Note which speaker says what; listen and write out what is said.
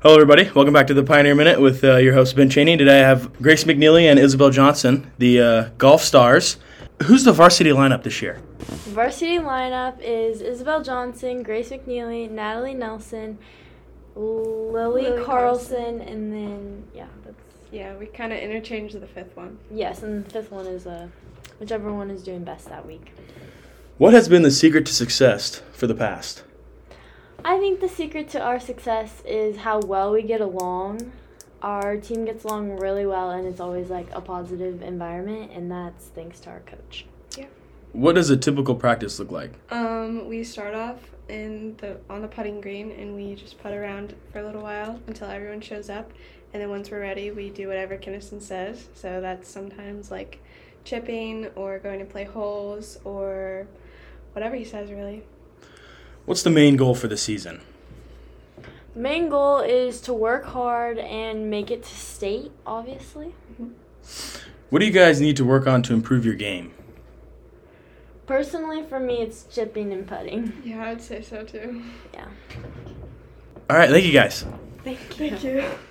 Speaker 1: Hello, everybody. Welcome back to the Pioneer Minute with uh, your host Ben Cheney. Today I have Grace McNeely and Isabel Johnson, the uh, golf stars. Who's the varsity lineup this year?
Speaker 2: Varsity lineup is Isabel Johnson, Grace McNeely, Natalie Nelson, Lily,
Speaker 3: Lily
Speaker 2: Carlson, and then yeah, that's
Speaker 3: Yeah, we kind of interchanged the fifth one.
Speaker 2: yes, and the fifth one is uh, whichever one is doing best that week.
Speaker 1: What has been the secret to success for the past?
Speaker 2: I think the secret to our success is how well we get along. Our team gets along really well, and it's always like a positive environment, and that's thanks to our coach.
Speaker 1: What does a typical practice look like?
Speaker 3: Um, we start off in the on the putting green and we just putt around for a little while until everyone shows up, and then once we're ready, we do whatever Kinnison says. So that's sometimes like chipping or going to play holes or whatever he says really.
Speaker 1: What's the main goal for the season?
Speaker 2: The main goal is to work hard and make it to state, obviously.
Speaker 1: What do you guys need to work on to improve your game?
Speaker 2: Personally, for me, it's chipping and putting.
Speaker 3: Yeah, I'd say so too.
Speaker 1: All right, thank you guys.
Speaker 3: Thank you.